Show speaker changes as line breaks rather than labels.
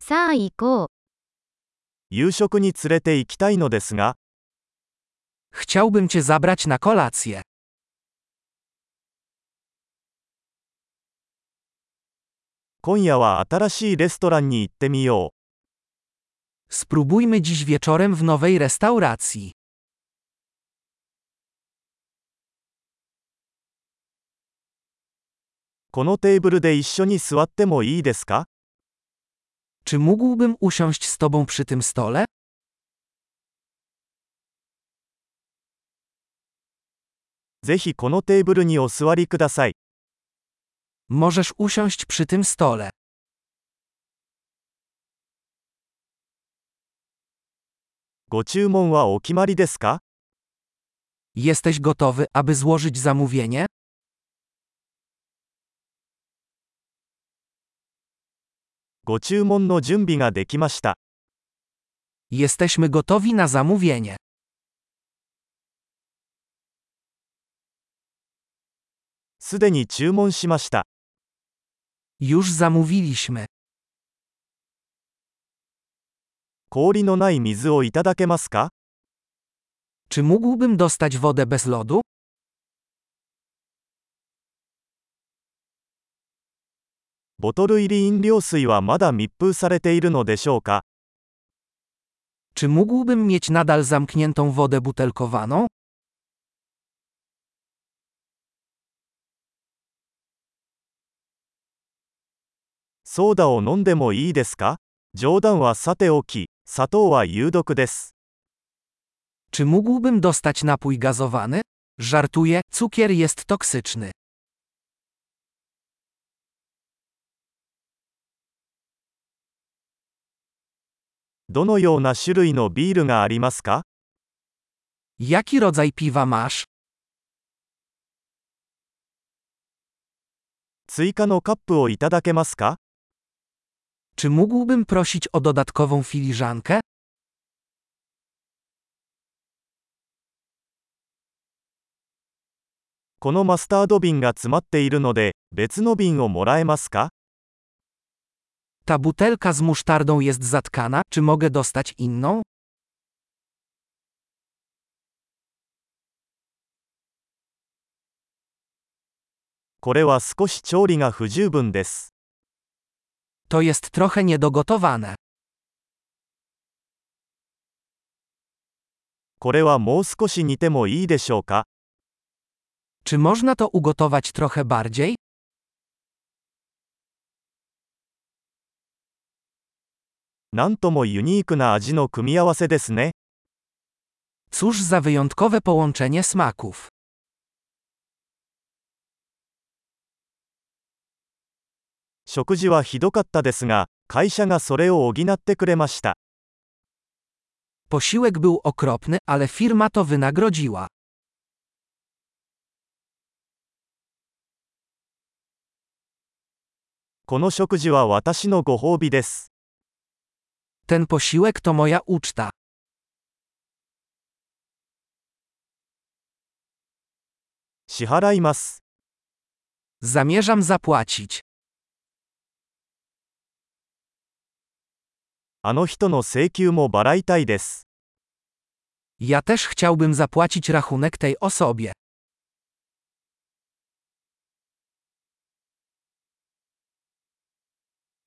さあ行こう。
夕食に連れて行きたいのですが、
Chciałbym cię zabrać na kolację.
今夜は新しいレストランに行ってみよ
Spróbujmy dziś wieczorem w nowej restauracji.
う。このテーブルで一緒に座ってもいいですか
Czy mógłbym usiąść z tobą przy tym stole?
ぜひこのテーブルにお座りください。
Możesz usiąść przy tym stole.
ご注文はお決まりですか
Jesteś gotowy, aby złożyć zamówienie?
ご注文の準備ができました。
Jesteśmy gotowi na zamówienie.
すでに注文しました。
Już zamówiliśmy.
氷のない水をいただけますか
Czy mógłbym dostać wodę bez lodu?
ボトル入り飲料水はまだ密封されているのでしょうか
Czy mógłbym mieć nadal zamkniętą wodę butelkowaną?
ソーダを飲んでもいいですか冗談はさておき、砂糖は有毒です。
Czy mógłbym dostać napój gazowany? Żartuję, cukier jest toksyczny.
どのような種類のビールがありますか
Jaki rodzaj piwa masz?
追加のカップをいただけますか
Czy mógłbym prosić o dodatkową filiżankę?
このマスタード瓶が詰まっているので、別の瓶をもらえますか
Ta butelka z musztardą jest zatkana, czy mogę dostać inną?
これは少し調理が不十分です。
To jest trochę niedogotowane.
これはもう少し煮てもいいでしょうか
Czy można to ugotować trochę bardziej?
なんともユニークな味の組み合わせですね。
Cóż za wyjątkowe połączenie smaków.
食事はひどかったですが、会社がそれを補ってくれました。
Posiłek był okropny, ale firma to wynagrodziła.
この食事は私のご褒美です。
Ten posiłek to moja uczta.
支払います。
Zamierzam zapłacić.
あの人の請求も払いたいです。
Ja też chciałbym zapłacić rachunek tej osobie.